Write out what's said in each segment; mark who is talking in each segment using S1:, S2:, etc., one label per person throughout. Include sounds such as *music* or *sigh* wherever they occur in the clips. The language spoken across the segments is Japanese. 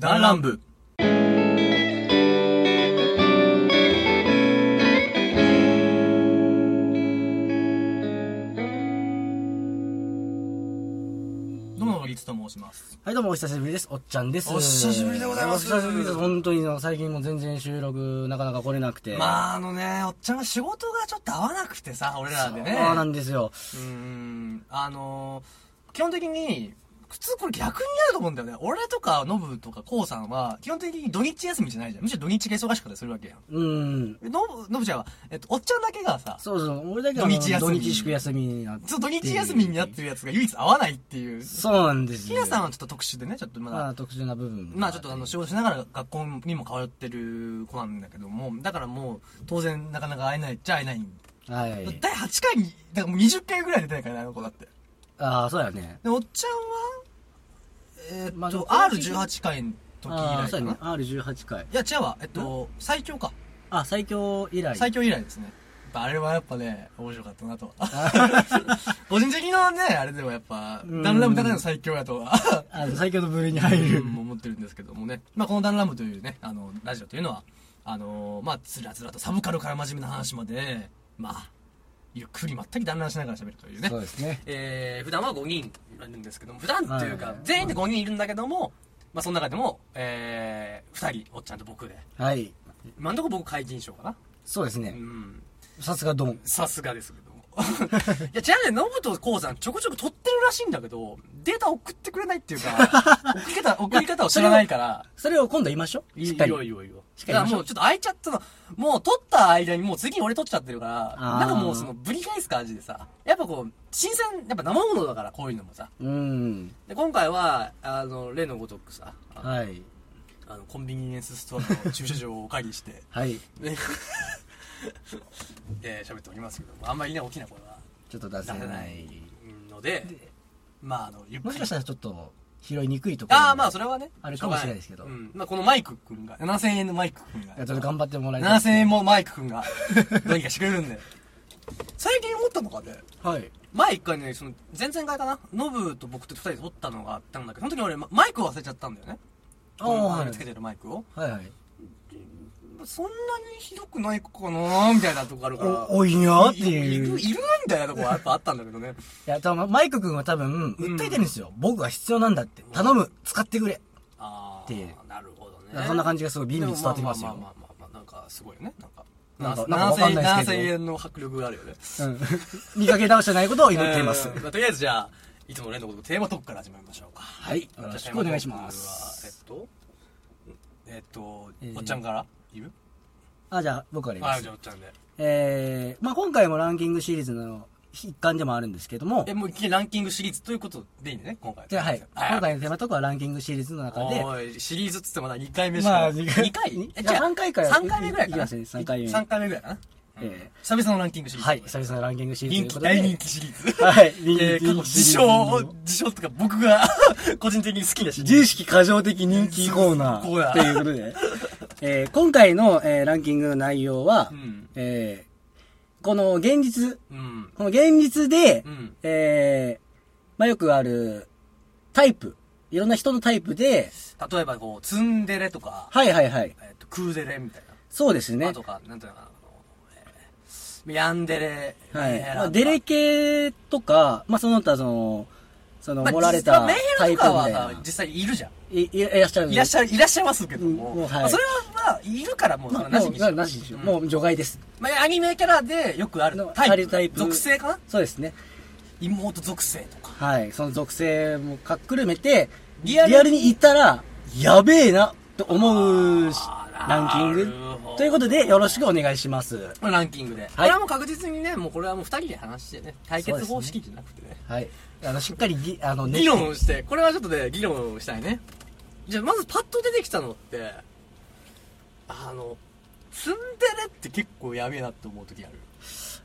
S1: 弾丸部。どうも、森津と申します。
S2: はい、どうもお久しぶりです。おっちゃんです。
S1: お久しぶりでございます
S2: お久しぶりです。本当にあの最近もう全然収録なかなか来れなくて。
S1: まあ、あのね、おっちゃんが仕事がちょっと合わなくてさ、俺らでね。
S2: そうなんですよ。
S1: うーん、あのー基本的に、普通これ逆になると思うんだよね。俺とかノブとかコウさんは、基本的に土日休みじゃないじゃん。むしろ土日が忙しかったりするわけやん。
S2: うん。
S1: ノブ、ノブちゃんは、えっと、おっちゃんだけがさ、
S2: そうそう、俺だけあの
S1: 土日休み
S2: 土日祝休みになって。
S1: そう土日休みになってるやつが唯一合わないっていう。
S2: そうなんです
S1: ひ
S2: よ。
S1: なさんはちょっと特殊でね、ちょっとま
S2: ま
S1: だ
S2: あ、特殊な部分。
S1: まあちょっとあの仕事しながら学校にも通ってる子なんだけども、だからもう当然なかなか会えないっちゃ会えない。
S2: はい。
S1: 第8回に、だからもう20回ぐらい出てないからね、あの子だって。
S2: ああ、そうやね。
S1: で、おっちゃんは、えーっと、
S2: まあでも
S1: R18 回の時以
S2: ああ、
S1: 来か
S2: そうや
S1: な。
S2: ね。R18 回。
S1: いや、違うわ。えっと、最強か。
S2: あ、最強以来。
S1: 最強以来ですね。やっぱあれはやっぱね、面白かったなと。
S2: *laughs*
S1: 個人的なね、あれでもやっぱ、
S2: うん
S1: ダンラム高いの最強やとは。
S2: あの最強の部類に入る。
S1: 思ってるんですけどもね、まあ、この「ダンラム」というねあのラジオというのはあのまあつらつらとサブカルから真面目な話までまあゆっくりまったり談乱しながら喋るというね
S2: そうですね。
S1: えー、普段は5人いるんですけども普段という
S2: は
S1: か
S2: い
S1: 全員で5人いるんだけども、まあ、その中でも、えー、2人おっちゃんと僕で
S2: はい。
S1: 今んとこ僕皆勤賞かな
S2: そうです
S1: う
S2: ね。
S1: ん
S2: さすがドン。
S1: さすがですけども *laughs* いや、ちなみにノブとコウさんちょこちょこ撮ってるらしいんだけど、データ送ってくれないっていうか、送り方、送り方を知らないから。
S2: それを今度言いましょう。
S1: いい
S2: し
S1: よ
S2: っかり。
S1: いいよいいよ。
S2: し
S1: だ
S2: っかり
S1: か
S2: や
S1: ら
S2: りましょ
S1: も
S2: う
S1: うちょっと空いちゃったの、もう取った間にもう次に俺取っちゃってるから、
S2: あー
S1: なんかもうそのぶり返す感じでさ、やっぱこう、新鮮、やっぱ生物だからこういうのもさ。
S2: うん。
S1: で、今回は、あの、例のごとくさ、あの
S2: はい。
S1: あのコンビニエンスストアの駐車場をお借りして、
S2: はい。
S1: ね *laughs* えー喋っておりますけども、あんまりね、大きな声は
S2: ちょっと出
S1: 出
S2: せ
S1: せな
S2: ないい。
S1: ので、まあ、あの、ゆっ
S2: も
S1: く
S2: し
S1: り
S2: かしたらちょっと拾いにくいところ
S1: ああ、まあ、それはね。
S2: あるかもしれないですけど
S1: うん。まあ、このマイク君が、7000円のマイク君が。
S2: いやちょっと頑張ってもらいたい
S1: 7000円もマイクくんが、どうにかしてくれるんで。最近思ったのがね、
S2: はい
S1: 前一回ね、その、前々回かな、ノブと僕と二人で撮ったのがあったんだけど、その時俺、まマイクを忘れちゃったんだよね。
S2: あー
S1: この
S2: はい
S1: つけてるマイクを。
S2: はいはい
S1: そんなにひどくないかなみたいなとこあるから。
S2: おおいやっていう
S1: いる、いるみたいなとこはやっぱあったんだけどね。
S2: いや多分マイク君は多分
S1: うん
S2: 訴えてるんですよ、僕は必要なんだって頼む使ってくれ
S1: あ
S2: っていう
S1: あ、なるほど
S2: いや
S1: ね。
S2: そんな感じがすごいビンビン伝わってきますよ
S1: でもまあまあまあまあまあ、なんかすごいよね。なんか、
S2: なんかなんかわかんないですけど
S1: 7000円の迫力があるよね。
S2: うん *laughs* 見かけ倒してないことを祈っています、
S1: えーあとりあえずじゃあ、いつも例のことテーマトークから始めましょうか。
S2: はいよろしくお願いします
S1: じゃあ。テーマトークはえっと、えっ
S2: え
S1: と、
S2: ー
S1: おっちゃんからいる
S2: あじゃあ僕から言いま
S1: あ、
S2: す
S1: じゃあおっちゃんで。
S2: えー、まあ今回もランキングシリーズの一環でもあるんですけども
S1: え、もういきなりランキングシリーズということでいいんでね、今回。
S2: じゃあはい今回のテーマとかはランキングシリーズの中で
S1: おいシリーズっつってまだ2回目しか。
S2: まあ
S1: 2
S2: 2
S1: 回
S2: に
S1: え
S2: じゃあ
S1: 違う
S2: 3回から
S1: 3回目ぐらいかな。
S2: いきますね3回目
S1: 3回目ぐらいかな。
S2: えー
S1: 久々のランキングシリーズ。
S2: はい久々のランキングシリーズ
S1: 人気、
S2: ということで
S1: 大人気シリーズ。
S2: はい
S1: *laughs* えー過去自称、自称とか僕が *laughs* 個人的に好きなシリーズ。
S2: 自意識過剰的人気コーナ
S1: コーナー
S2: ーということで、えー今回の、えーランキングの内容は、
S1: うん。
S2: えーこの現実、
S1: うん。
S2: この現実で、
S1: うん。
S2: えーまあ、よくあるタイプ、いろんな人のタイプで、
S1: 例えばこう、ツンデレとか、
S2: はいはいはい、
S1: えっと、クーデレみたい
S2: そうです
S1: な。
S2: ね
S1: あ。とか、なんていうのかな、あの、えーヤンデレ。
S2: はい。
S1: メヘラ
S2: まあ、デレ系とか、まあ、その他その、その、
S1: まあ
S2: 盛られた
S1: 実際メヘ
S2: タ
S1: ラ
S2: イ
S1: と
S2: プみ
S1: か
S2: た
S1: はいさ
S2: な、
S1: 実。際いるじゃん。
S2: い、いらっしゃる
S1: いらっしゃる、いらっしゃいますけども。
S2: うんもうはい
S1: まあそれはまあ、いるからもう、
S2: まあ、
S1: なし
S2: もう
S1: にしよ
S2: な
S1: う
S2: なしにしよう。
S1: うん
S2: もう除外です。
S1: まあ、アニメキャラでよくある
S2: の
S1: タ
S2: あ
S1: イ
S2: る
S1: プ。
S2: タイプ
S1: 属性かな
S2: そうですね。
S1: 妹属性とか。
S2: はい、その属性もかっくるめて、
S1: リ
S2: リ
S1: ア
S2: ア
S1: ル
S2: ルにいたら、やべえな、と思うし
S1: あー
S2: ランキング
S1: なるほど。
S2: ということで、よろしくお願いします。
S1: まあランキングで。これはもう確実にね、もうこれはもう二人で話してね、対決方式じゃなくてね。
S2: はい。あの、しっかりぎ、あの、ね
S1: 議論をして、これはちょっとね、議論をしたいね。じゃあ、まずパッと出てきたのって、あの、ツンデレって結構やべえなって思う時ある。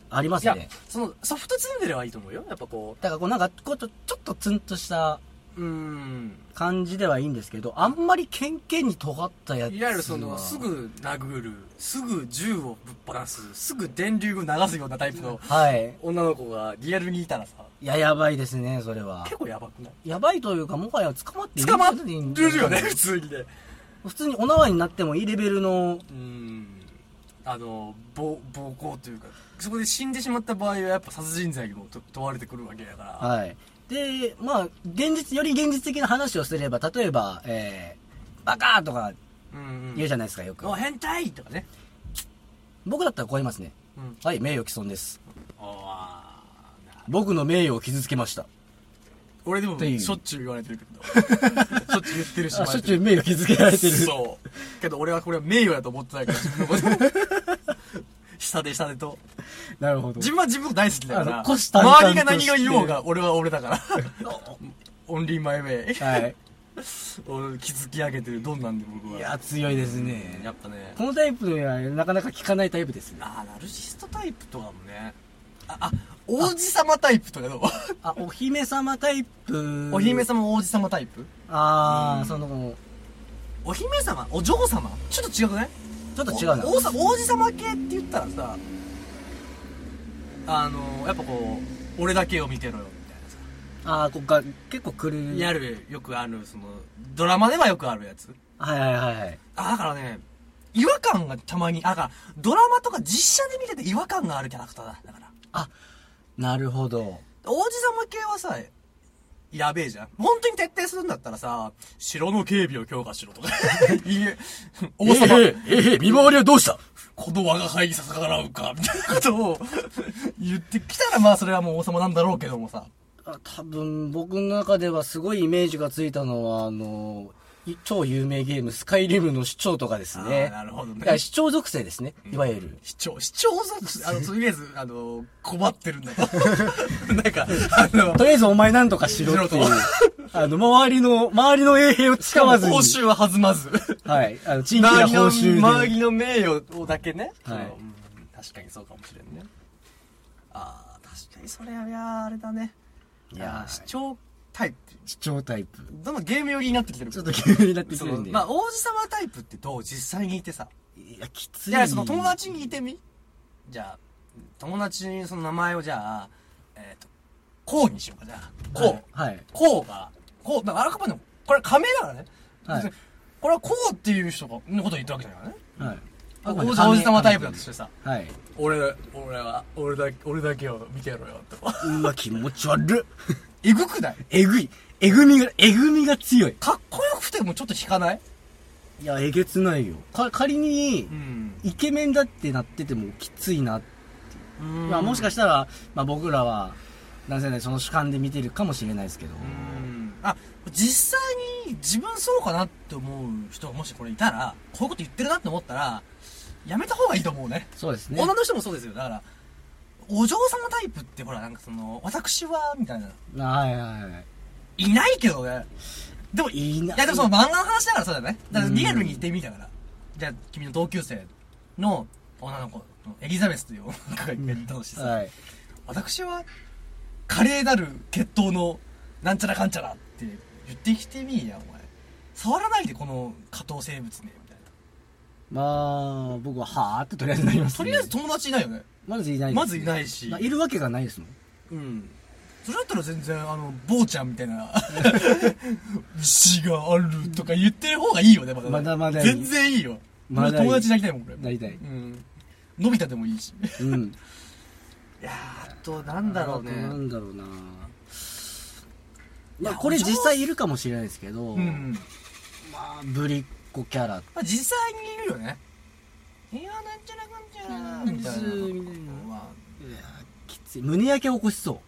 S2: ありま
S1: い
S2: す
S1: や
S2: ね。、
S1: その、ソフトツンデレはいいと思うよ。やっぱこ
S2: だから、こう、なんか、こうちょ、ちょっとツンとした
S1: う、うーん。
S2: 感じではいいんですけど、あんまりケンケンに尖ったやつは。
S1: いわゆるその、すぐ殴る、すぐ銃をぶっ放す、すぐ電流を流すようなタイプの
S2: はい。
S1: 女の子がリアルにいたらさ、
S2: いや、やばいですね、それは。
S1: 結構やばくない
S2: やばいというか、もはや捕まっていい
S1: 捕まっ
S2: 人でいいん
S1: て
S2: じゃ
S1: る
S2: ない
S1: よね、普通にね。
S2: 普通にお縄になってもいいレベルの、
S1: うん。あの、暴暴行というか、そこで死んでしまった場合はやっぱ殺人罪にもと問われてくるわけだから。
S2: はい。で、まあ、現実、より現実的な話をすれば、例えば、えー、バカーとか
S1: うん
S2: 言う
S1: う
S2: じゃないですか、よく
S1: ん。お、。変態とかね。
S2: 僕だったらこう言いますね。
S1: うん。
S2: はい、名誉毀損です。
S1: おあ
S2: 僕の名誉を傷つけました。
S1: 俺でも
S2: っていう
S1: しょっちゅう言われてる
S2: *laughs*
S1: けど。しょっちゅう言ってるし。
S2: あ、しょっちゅう名誉傷つけられてる。
S1: そう。けど俺はこれは名誉だと思ってないから、自分のこと。 *laughs* 下で下でと。
S2: なるほど
S1: 自分は自分の大好きだか
S2: あ
S1: ら。
S2: の虎視眈々と
S1: 周りが何が言おうが、俺は俺だ
S2: *laughs*
S1: から。オンリーマイウェイ。 *laughs*
S2: はい。
S1: 俺、築き上げてるどんなんで僕は。
S2: *laughs* いや、強いですね。
S1: やっぱね。
S2: このタイプにはなかなか効かないタイプですね。
S1: ああ、ナルシストタイプとかもね。あ、あ、王子様タイプとかどう *laughs*
S2: あ、お姫様タイプ。
S1: お姫。様、王子様タイプ
S2: あ
S1: うん
S2: ー、その、
S1: お姫様お嬢様ちょっと違くない
S2: ちょっと違うな。
S1: お王さ王子様系って言ったらさあのやっぱこう俺だけを見てろよみたいなさ、
S2: あー、こっから結構来る。
S1: やるよくあるそのドラマではよくあるやつ
S2: はいはいはいはい。
S1: あだからね違和感がたまにあだからドラマとか実写で見てて違和感があるキャラクターだだから
S2: あ、なるほど。
S1: 王子様系はさやべえじゃん本当に徹底するんだったらさ城の警備を強化しろとか *laughs* いえ王様、
S2: ええ、見回りはどうした
S1: この我が輩に逆らうか、みたいなことを言ってきたら、まあそれはもう王様なんだろうけどもさ。
S2: あ多分、僕の中ではすごいイメージがついたのは、あの、い超有名ゲーム、スカイリムの市長とかです
S1: あー
S2: ね。
S1: なるほどね
S2: いや市長属性ですね。いわゆる。
S1: 市長、市長さ、 *laughs* あの、とりあえず、あの、困ってるんだ *laughs* と。なんか、あの、
S2: とりあえずお前なんとかしろっていう
S1: しろ。
S2: *laughs* あの、周りの、周りの衛兵を
S1: し
S2: 使
S1: かも
S2: わずに。
S1: 報酬は弾まず。
S2: はい。あの、地域な
S1: 周り
S2: 報
S1: の、
S2: 酬
S1: 周
S2: で。
S1: りの名誉をだけね。
S2: はい
S1: そのうん確かにそうかもしれんね。ああ、確かにそれは、いやーあれだね。い
S2: いや
S1: や
S2: ー
S1: 市長タイプ。
S2: 市長タイプ。
S1: どんどんゲーム寄りになってきてる
S2: ちょっと急になって
S1: そ
S2: くる
S1: の
S2: んで。
S1: まあ、王子様タイプってどう実際にいてさ。
S2: いや、きつい。
S1: いや、その友達にいてみじゃあ、友達にその名前をじゃあ、えっ、と、こうにしようか、じゃあ。こう。
S2: はい。はい。
S1: こうが、こう、だからあくまでも、これは仮名だからね。
S2: はい
S1: 別にこれはこうっていう人が、のことを言ったわけだからね。
S2: はい。
S1: 王子王子様タイプだとしてさ、
S2: はい。
S1: 俺、俺は、俺だけ、俺だけを見てやろうよ、と。
S2: うわ、気持ち悪っ。
S1: *laughs* えぐくない
S2: えぐい。えぐみが、えぐみが強い。
S1: かっこよくてもちょっと引かない
S2: いや、えげつないよ。か、仮に、
S1: ん。
S2: イケメンだってなっててもきついな。まあもしか
S1: し
S2: したら、まあ僕らは、男性でその主観で見てるかもしれないですけど。
S1: うん。あ、実際に自分そうかなって思う人がもしこれいたら、こういうこと言ってるなって思ったら、やめた方がいいと思うね。
S2: そうですね。
S1: 女の人もそうですよ。だから、お嬢様タイプってほら、なんかその、私は、みたいな。
S2: はいはいはい
S1: ないけどね。でも、い
S2: い。いいな。
S1: やでもその漫画の話だからそうだよね。だから
S2: うん
S1: リアルに言ってみたから。じゃあ、君の同級生の女の子のエリザベスという女の子がいたとしてさ、
S2: はい。
S1: 私は、華麗なる血統の、なんちゃらかんちゃらって言ってきてみいや、お前。触らないで、この下等生物ね、みたいな。
S2: まあ、僕は、はーってとりあえずなります、
S1: とりあえず、友達いないよね。
S2: まずいないです
S1: まずいないし
S2: まあいるわけがないですもん。
S1: うん。それだったら全然、あの、坊ちゃんみたいな、 *laughs* 牛があるとか言ってる方がいいよね、まだね。
S2: まだまだいい
S1: 全然いいよ。
S2: まだいい
S1: 俺友達になりたいもん、俺。
S2: なりたい
S1: うん。のび太でもいいし。い
S2: うん。
S1: やー、あと、なんだろうね。
S2: あとなんだろうな。ま
S1: や
S2: あ、これ
S1: お嬢
S2: 実際いるかもしれないですけど、
S1: うん。
S2: まあ、ぶりっ子キャラ。
S1: まあ、実際にいるよね。いやー、なんちゃらかんちゃらーみたい
S2: うん
S1: な。ま
S2: きつい。胸焼け起こしそ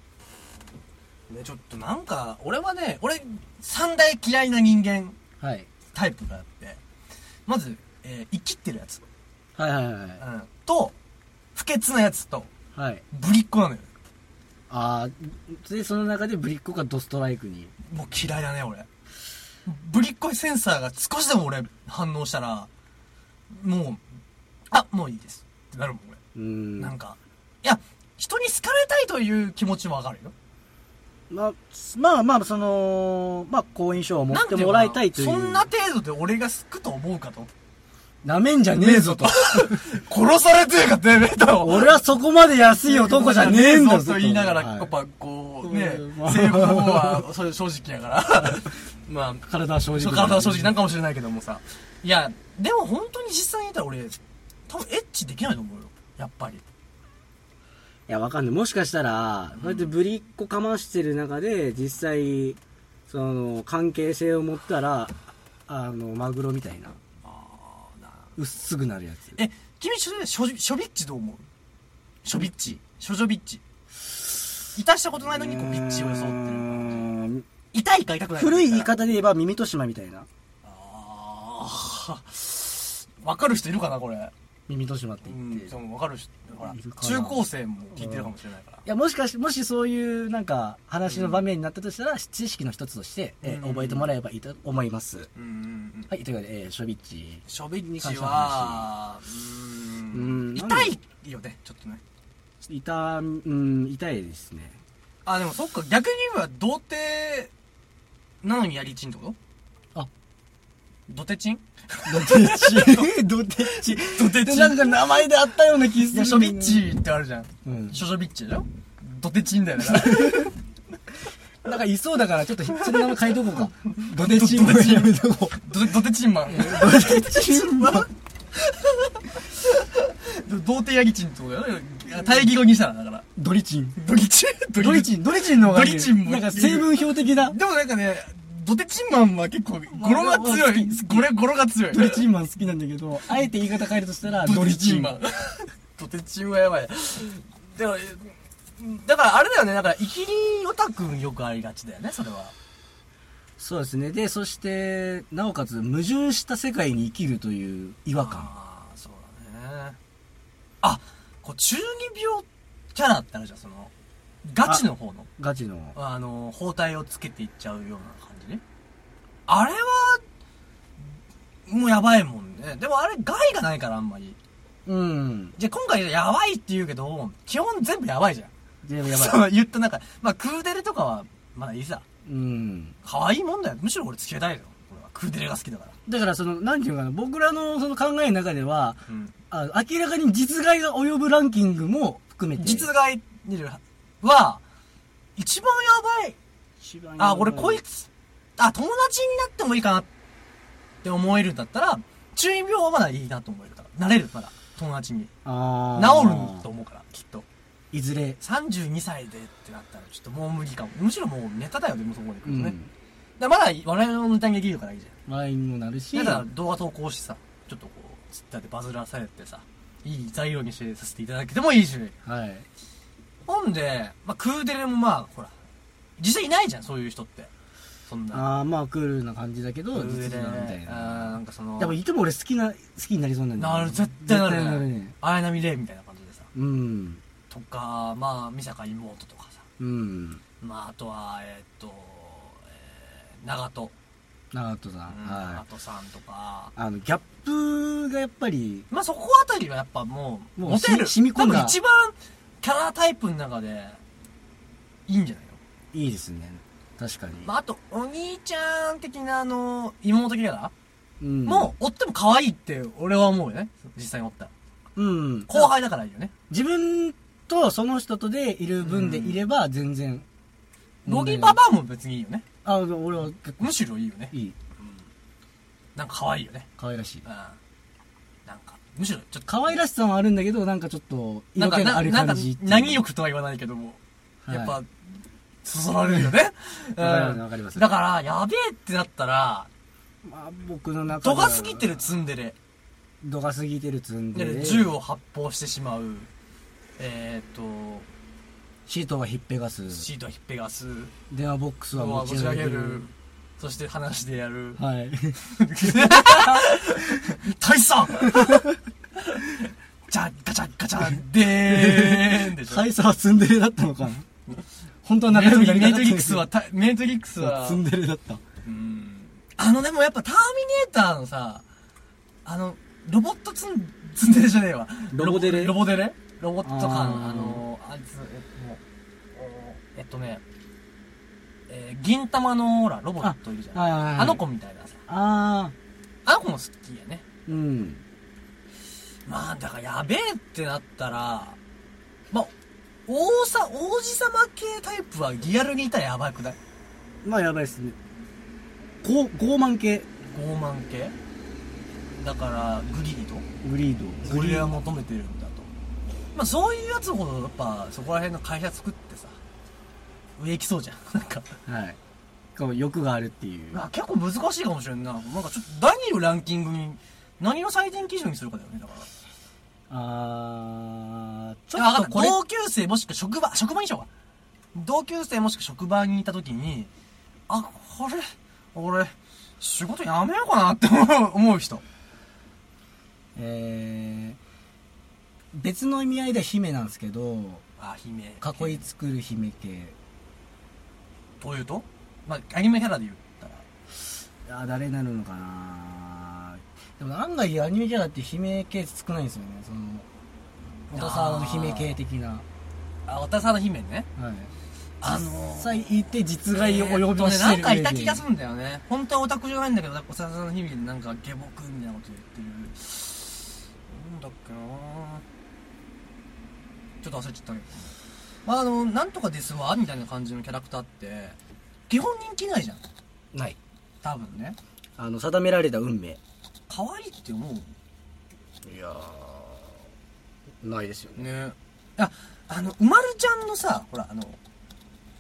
S1: あ、ね、ちょっとなんか、俺はね、俺、三大嫌いな人間
S2: う。はい。
S1: タイプがあって、まず、えー、生きってるやつ。
S2: はいはいはいはい。
S1: うん。と、不潔なやつと、
S2: はい。
S1: ぶりっ子なのよ。
S2: ああ、で、その中でぶりっ子がドストライクに。
S1: もう嫌いだね、俺。ぶりっ子センサーが少しでも俺反応したら、もう、あ、もういいです。ってなるもん、俺。
S2: うーん。
S1: なんか、いや、人に好かれたいという気持ちもわかるよ。
S2: まあ、まあまあ、その、まあ、好印象を持
S1: な
S2: っ
S1: んて
S2: て
S1: いうの
S2: もらいたいという。
S1: そんな程度で俺が好くと思うかと。
S2: なめんじゃねえぞと。
S1: 殺されてるか、てめえと。
S2: 俺はそこまで安い男じゃねえんだぞ
S1: と言いながら、
S2: は
S1: やっぱこね
S2: まあ
S1: 性欲の方はそれ正直やから
S2: *laughs*
S1: まあ
S2: 体は正直
S1: ちょっと体は正直なんかもしれないけどもさいやでも本当に実際に言ったら俺多分エッチできないと思うよやっぱり
S2: いや、わかんない。もしかしたら、こうやってぶりっ子かましてる中で、実際、その、関係性を持ったら、あの、マグロみたいな、薄くなるやつ。
S1: え君それショショビッチどう思うショビッチショジョビッチいたしたことないのにこうビッチを装って
S2: う
S1: る
S2: ーん
S1: 痛いか痛くないか
S2: 古い言い方で言えば、耳と島みたいな。
S1: あーわかる人いるかなこれ
S2: 耳と島って
S1: う
S2: 言っ
S1: ん
S2: て。い
S1: そのわかる人ほら
S2: いるかな
S1: 中高生も聞いてるかもしれないから
S2: や、もしかし、もしそういう、なんか、話の場面になったとしたら、知識の一つとして、え
S1: うん
S2: 覚えてもらえばいいと思います。
S1: うんうんうん
S2: はい、というわけで、えーショビッチ。
S1: ショビッチはう
S2: うんん
S1: 痛いよねちょっとね
S2: 痛、うん、痛いですね。
S1: あでもそっか逆に言えば童貞なのにやりちんってこと
S2: あ
S1: ドテチン
S2: ドテチ。 *laughs* ドテチ。
S1: ドテチン
S2: なんか名前であったような気
S1: い
S2: する。
S1: や、ショビッ。チってあるじゃん。
S2: うん。
S1: ショショビッチだよ。ドテチンだ
S2: *laughs*
S1: よね。
S2: なんかいそうだから、ちょっとひその名前変えとこう *laughs* か。ドテチンもやめとこう。
S1: ドテドテチンマン。
S2: ドテチンも。
S1: 童貞ヤギチンってことだよね。対義語にしたら、だから。
S2: ドリチン。
S1: ドリチン
S2: ドリチン、ドリチンの方がいい
S1: ドリチンも
S2: なんか成分表的な。 *laughs*
S1: でもなんかね、ドテチンマンは結構、語呂が強い。語呂、語呂が強い。
S2: ドリチンマン好きなんだけど、あえて言い方変えるとしたら、ドリチンマン。。
S1: *laughs* ドテチンはやばい。でも、だからあれだよね、だから、イキリオタクによくありがちだよね、それは。
S2: そうですね。で、そして、なおかつ、矛盾した世界に生きるという違和感。
S1: ああ、そうだね。あ、こう、中二病キャラってあるじゃん、その、ガチの方の。
S2: ガチの。
S1: あの、包帯をつけていっちゃうような感じね。あれは、もうやばいもんね。でもあれ、害がないから、あんまり。
S2: うん。
S1: じゃ、今回、やばいって言うけど、基本全部やばいじゃん。
S2: でもや
S1: そ
S2: ばい。
S1: の言った中、まあ、クーデレとかは、まだいいさ。
S2: うん。
S1: 可愛いもんだよ。むしろ俺付き合いたいよ。俺はクーデレが好きだから。
S2: だからその、なんていうのかな、僕らのその考えの中では、
S1: うん。
S2: あ明らかに実害が及ぶランキングも含めて。
S1: 実害は、一番やばい
S2: 一番
S1: あ、俺こいつ、あ、友達になってもいいかなって思えるんだったら、中二病はまだいいなと思えるから。なれる、まだ。友達に。治
S2: あ
S1: る
S2: ー
S1: と思うから、きっと。
S2: いずれ。
S1: 32歳でってなったら、ちょっともう無理かも。むしろもうネタだよ、でもそこまで来
S2: う
S1: るとね。
S2: ん。
S1: だからまだ我々のネタにできるからいいじ
S2: ワインもなるし
S1: ゃん。、だから動画投稿してさ、ちょっとこう、ツイッターでバズらされてさ、いい材料にしてさせていただけてもいいし。
S2: はい。
S1: ほんで、まあ、クーデレもまあ、ほら、実際いないじゃん、そういう人って。そんな。
S2: あーまあクールな感じだけど、
S1: クーデ
S2: 実
S1: レ
S2: 害みたい
S1: あー
S2: な。
S1: なんかその。
S2: でもいても俺好きな、好きになりそうなんだよね
S1: なる、絶対なる
S2: 絶対
S1: ね。
S2: ね。
S1: 綾波レイみたいな感じでさ。
S2: うん。
S1: とか、まあ、美坂妹とかさ。
S2: うん。
S1: まあ、あとは、えーっと、えー長門。
S2: ナトさ
S1: うん
S2: ん。は
S1: 長
S2: い。
S1: 門さんとか。
S2: あの、ギャップがやっぱり、
S1: まあ、そこあたりはやっぱもう、
S2: もう
S1: モテる。
S2: し染み込んだ
S1: 多分一番キャラタイプの中で、いいんじゃないの
S2: いいですね。確かに。
S1: まあ、あと、お兄ちゃん的な、あの、妹キャラ、
S2: うん
S1: もう、追っても可愛いって、俺は思うよね。実際に追ったら。
S2: う、うん。
S1: 後輩だからいいよね。
S2: 自分とその人とでいる分でいれば全然
S1: ロ
S2: 問
S1: ギ
S2: 題
S1: バ
S2: ない
S1: バアも別にいいよね。
S2: あ俺は結構
S1: むしろいいよね。
S2: いい
S1: なんか可愛いよね。
S2: 可愛らしい
S1: うん。なんか、むしろ、ちょっと
S2: 可愛らしさはあるんだけどなんかちょっと
S1: な
S2: 色
S1: んか
S2: 気がある
S1: な
S2: 感じ
S1: なんか、何欲とは言わないけども、
S2: はい
S1: やっぱ、そそられるよね。うん。
S2: わ
S1: だ
S2: かります
S1: から、やべえってなったら、
S2: まあ僕の中
S1: 度
S2: では
S1: が過ぎてるツンデレ。
S2: 度が過ぎてる積んで
S1: で
S2: る
S1: 銃を発砲してしまう。えーっと、
S2: シートはひっぺがす
S1: シートは引っぺがす。
S2: 電話ボックスは
S1: を持
S2: 持ち
S1: ち
S2: 上
S1: 上
S2: げ
S1: げ
S2: る
S1: る。そして話でやる。 *laughs*
S2: はい
S1: 大さん *laughs* じゃガチャガチャでーんでしょ
S2: 大差はツンデレだった
S1: *laughs*
S2: のかな本当は
S1: メ
S2: 仲良くなりた
S1: メ
S2: か
S1: ト
S2: った
S1: リックスはた、メトリックスは
S2: ツ、ンデレだった
S1: うんあのでもやっぱターミネーターのさ、あの、ロボットツン、ツンデレじゃねえわ。
S2: ロボデレ
S1: ロボデレロボットか、
S2: あー
S1: あの、あいつ、えっともうおえっとね、えー銀玉のほら、ロボットいるじゃん。
S2: はいはいはい
S1: あの子みたいなさ。
S2: ああ
S1: あの子も好きやね。
S2: うん
S1: まあ、だからやべえってなったら、まあ、王さ、王子様系タイプはリアルにいたらやばくない
S2: まあやばいですねこう傲慢系
S1: 傲慢系だから、グリード
S2: グリード
S1: それは求めてるんだとまあそういうやつほどやっぱそこら辺の会社作ってさ上行きそうじゃん *laughs* なんか、
S2: はいこう欲があるっていう
S1: まあ、結構難しいかもしれんななんかちょっと何をランキングに何を採点基準にするかだよねだから
S2: あーち
S1: い
S2: ょ
S1: やわ
S2: っと
S1: かん
S2: こ
S1: な
S2: れ
S1: い同級生もしくは職場職場にしようか同級生もしくは職場にいた時にあこれ俺仕事やめようかなって思う思う人
S2: えー、別の意味合いでは姫なんですけど
S1: あ姫
S2: 囲い作る姫系
S1: というと、まあ、アニメキャラで言ったら
S2: あ誰になるのかなでも案外アニメキャラって姫系少ないんですよねその元沢の姫系的な
S1: あ渡沢の姫ね
S2: はい
S1: あの
S2: 実
S1: ー
S2: 際いて実害を及ぼ
S1: えーっとね
S2: して
S1: な
S2: る
S1: んかいた気がするんだよね本当はオタクじゃないんだけどおささの日々でなんか下僕みたいなこと言ってるなんだっけなちょっと忘れちゃったけどまああのなんとかですわみたいな感じのキャラクターって基本人気ないじゃん
S2: ない
S1: 多分ね
S2: あの定められた運命い
S1: 可愛いって思う
S2: やーないですよね
S1: ねああのうまるちゃんのさほらあの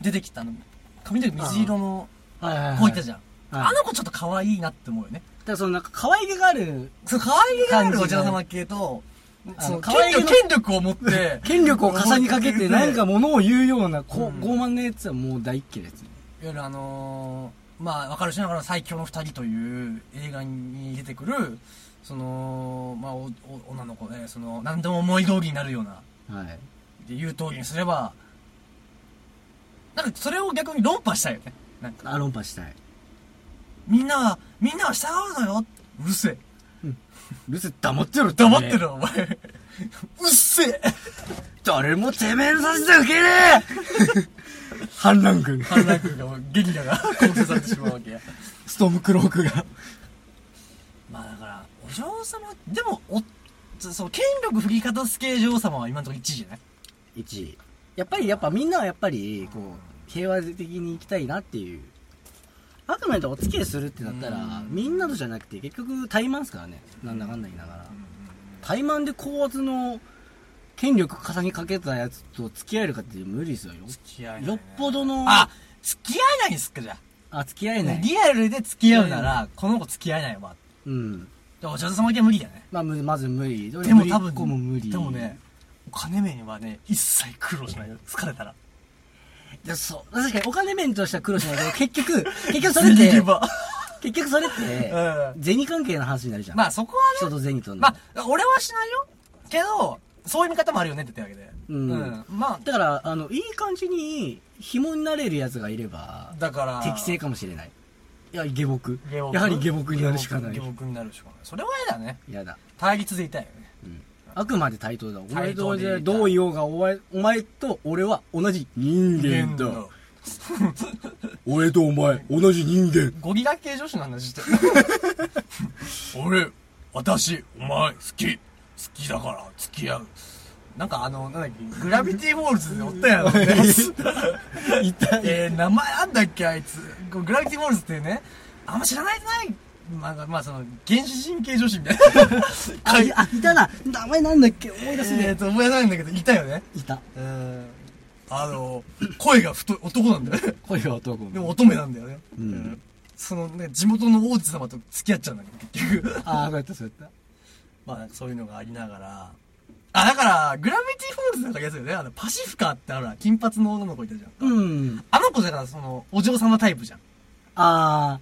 S1: 出てきたあの髪の毛水色の
S2: はいはい、はい、
S1: こういったじゃん、
S2: はい
S1: あの子ちょっと可愛いなって思うよね
S2: だからそのなんか可愛げがある
S1: そう、可愛げがあるお嬢様系と、
S2: あの
S1: その
S2: 可愛
S1: 権力、
S2: げの
S1: 権力を持って、
S2: 権力を重にかけて何か物を言うような
S1: う
S2: こう
S1: ん
S2: 傲慢なやつはもう大っ嫌いですね
S1: いわゆるあのー、まあ、わかるしながら最強の二人という映画に出てくる、その、まあ、おお女の子で、その、何でも思い通りになるような、
S2: はい
S1: で言う通りにすれば、なんかそれを逆に論破したいよね。なんか、
S2: あ論破したい
S1: みんなは、みんなは従うのようるせえ。
S2: ルス黙ってろ
S1: 黙ってろ、お前。うっせえ
S2: 誰もてめえのさせて受けね *laughs* え反乱軍
S1: 反乱軍が、ゲリラが *laughs* 構成されてしまうわけや。
S2: ストームクロークが
S1: まあだから、お嬢様、でも、お、そその、権力振りかざす系女王様は今のところ1位じゃない
S2: 1位やっぱりやっぱみんなはやっぱりこう平和的に行きたいなっていうあくまでお付き合いするってなったら
S1: うん
S2: みんなとじゃなくて結局怠慢ですからねなんだかんだ言いながら怠慢で高圧の権力重ねかけたやつと付き合えるかって無理ですよ
S1: 付き合えない、
S2: よっぽどの
S1: あ付き合えないんすか、じゃ
S2: あ付き合え
S1: あ
S2: な。い
S1: リアルで付き合うなら、この子付き合えないわ。
S2: うん
S1: でもお嬢様系は無理だね。
S2: まあむまず無理で
S1: でも多分、
S2: こも無理
S1: でもね、お金面はね、一切苦労しないよ。疲れたら。
S2: いやそう確かにお金面としては苦労しないけど結局結局それって
S1: 言えば
S2: 結局それっ
S1: う
S2: て銭関係の話になるじゃ
S1: *laughs*
S2: ん
S1: まあそこ
S2: 人
S1: はね、
S2: と銭との
S1: まあ、俺はしないよ。けど、そういう見方もあるよねって言ってるわけで。
S2: うん
S1: ま
S2: だからあのいい感じに紐になれるやつがいれば
S1: あ、だから、
S2: 適正かもしれないいや下僕
S1: 下僕
S2: やはり下僕になるしかない
S1: 下僕になるしかないそれは嫌だね
S2: やだ、
S1: 対立でいたいよね
S2: うん、あくまで対等だお前
S1: 対
S2: と
S1: 等でいい
S2: 俺でどう言おうがお前お前と俺は同じ人間だ俺とお前同じ人 *laughs* 間
S1: ゴリラ系女子の話
S2: *laughs*
S1: してる俺私お前好き好きだから付き合うなんかあのなんだっけグラビティフォールズでおったや
S2: *laughs*
S1: ろ
S2: いた
S1: *laughs* えー、名前なんだっけあいつこうグラビティボールズっていうねあんま知らないじゃないまあ、まあ、その原始神経女子みた
S2: *laughs*
S1: いな
S2: あ
S1: か
S2: い
S1: い
S2: あいたな名前なんだっけ思い出す
S1: えー
S2: ね
S1: と思い出さないんだけどいたよね
S2: いた
S1: うんあの声が太い男なんだよね
S2: 声は男
S1: でも乙女なんだよね、
S2: うん
S1: そのね地元の王子様と付き合っちゃうんだけど結局 *laughs*
S2: ああそうやったそうやっ
S1: まあなんかそういうのがありながらあだからグラビティフォールズなんかやつよねあのパシフィカってあるな金髪の女の子いたじゃんか、
S2: たうん
S1: あの子だからそのお嬢様タイプじゃん
S2: あ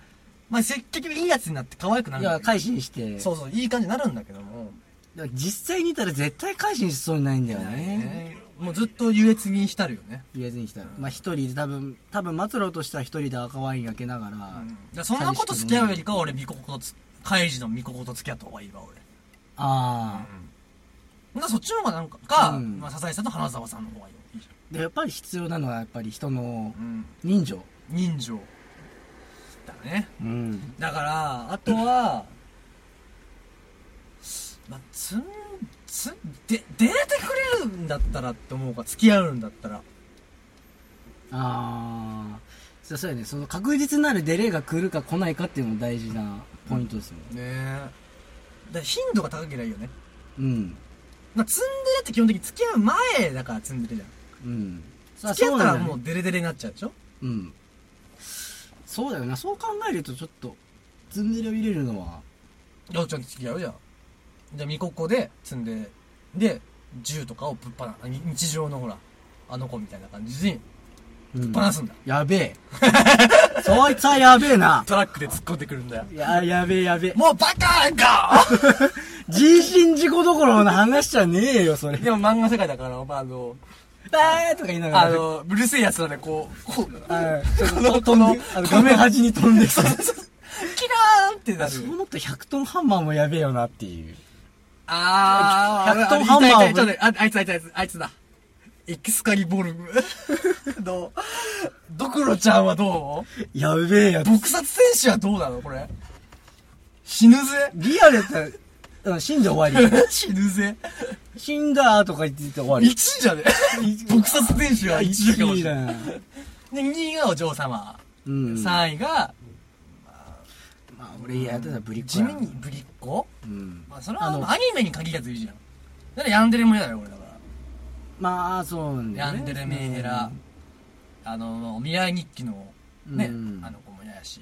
S1: まあせ結局いいやつになって可愛くな
S2: あ
S1: る
S2: い
S1: んだ
S2: や
S1: けど
S2: 改心して
S1: そうそういい感じになるんだけども
S2: でも実際にいたら絶対改心しそうにないんだよね
S1: ねもうずっと優越に浸るよね
S2: 言えずに来たら、まあ一人で多分多分末路としては一人で赤ワイン開けながら、
S1: だからそんなこと付き合うよりかは俺ミココとつカイジのミココと付き合った方がいいわ俺
S2: ああ、
S1: だからそっちの方がなんかか、
S2: うん
S1: まあ、笹井さんと花澤さんの方がいいじ
S2: でやっぱり必要なのはやっぱり人の
S1: ゃん、うん、
S2: 人情
S1: 人情だね
S2: うん
S1: だからあとは、まあ、ツンツすで出れてくれるんだったらって思うか付き合うんだったら
S2: ああそうそうやねその確実なるデレが来るか来ないかっていうのも大事なポイントですもん
S1: ねえだから頻度が高ければいいよね
S2: うん
S1: なんかツンデレって基本的に付き合う前だからツンデレじゃ
S2: うん
S1: ん付き合ったらも
S2: そうなんだ
S1: う
S2: ね
S1: デレデレになっちゃうでしょ
S2: うんそうだよなそう考えるとちょっとツンデレを入れるのは
S1: ようちゃんと付き合うじゃんじゃあミコッコでツンデレで銃とかをぶっ放すに日常のほらあの子みたいな感じに
S2: うん
S1: ぶっ放すんだ、
S2: やべえ *laughs* そいつはやべえな
S1: トラックで突っ込んでくるんだよ
S2: いややべえやべえ
S1: もうバカなんか
S2: *laughs* 人身事故どころの話じゃねえよそれ
S1: でも漫画世界だから、まあ、あの、
S2: バーとか言いながら
S1: あの、うるせえやつらでこう、こう、
S2: はい
S1: の
S2: この
S1: この
S2: あの画面端に飛んできた
S1: キラーンってなる。
S2: そう思ったら100トンハンマーもやべえよなっていう。
S1: あ
S2: 100トンハンマーを
S1: いたいたいたちょっとああいつあいつあいつ、あいつだ。エクスカリボル *laughs* ムの、ドクロちゃんはどう
S2: やべえやつ。
S1: 撲殺戦士はどうなのこれ。死ぬぜ。
S2: リアルやったらうん、死んで終わり。
S1: 死ぬぜ。
S2: 死んだーとか言ってて終わ
S1: 1
S2: り
S1: 位。じゃね撲殺戦士は1位かもしれない。
S2: な。
S1: で、2位がお嬢様。
S2: うん。
S1: 3位が、
S2: まあ俺やってたらブリッコ
S1: 地
S2: や
S1: 味にぶりっ子
S2: うん。
S1: まあ、それは
S2: あ
S1: あ
S2: の
S1: のアニメに限らずいいじゃん。だからヤンデレも嫌だよ、俺だから。
S2: まあ、そうなんだ
S1: ヤ
S2: よね。
S1: ンデレメンヘラ、あの、お見合い日記の、ね、
S2: うん
S1: あの子も嫌やし。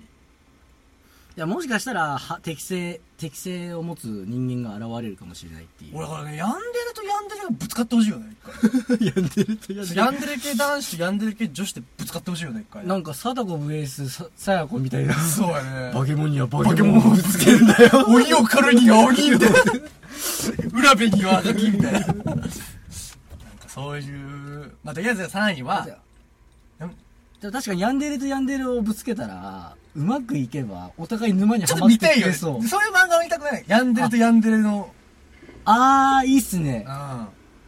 S2: いや、もしかしたら、は適性、適性を持つ人間が現れるかもしれないっていう。
S1: 俺だから *laughs* ね、ヤンデレとヤンデレがぶつかってほしいよね、
S2: *laughs*
S1: 一
S2: やんでるとや
S1: 回。ヤンデレ系男子とヤンデレ系女子ってぶつかってほしいよね、一回。
S2: なんか、貞子 VS さ、さやこみ
S1: *laughs*
S2: たいな。
S1: そうやね。
S2: ケモンにはバ
S1: ケモンをぶ
S2: つけんだよ。
S1: *laughs* 鬼を狩るには鬼みたいな。裏辺には赤木みたいな。なんかそういう、まあ、とりあえず3位は、うん
S2: でも確かにヤンデレとヤンデレをぶつけたら、うまくいけば、お互い沼に
S1: ちょ
S2: は
S1: っ
S2: ま
S1: と
S2: っ
S1: 見
S2: て
S1: たい
S2: い
S1: よ
S2: け
S1: ね。
S2: そ。
S1: そうういう漫画を見たくない。ヤンデレとヤンデレの、
S2: あー、いいっすね
S1: う。ん。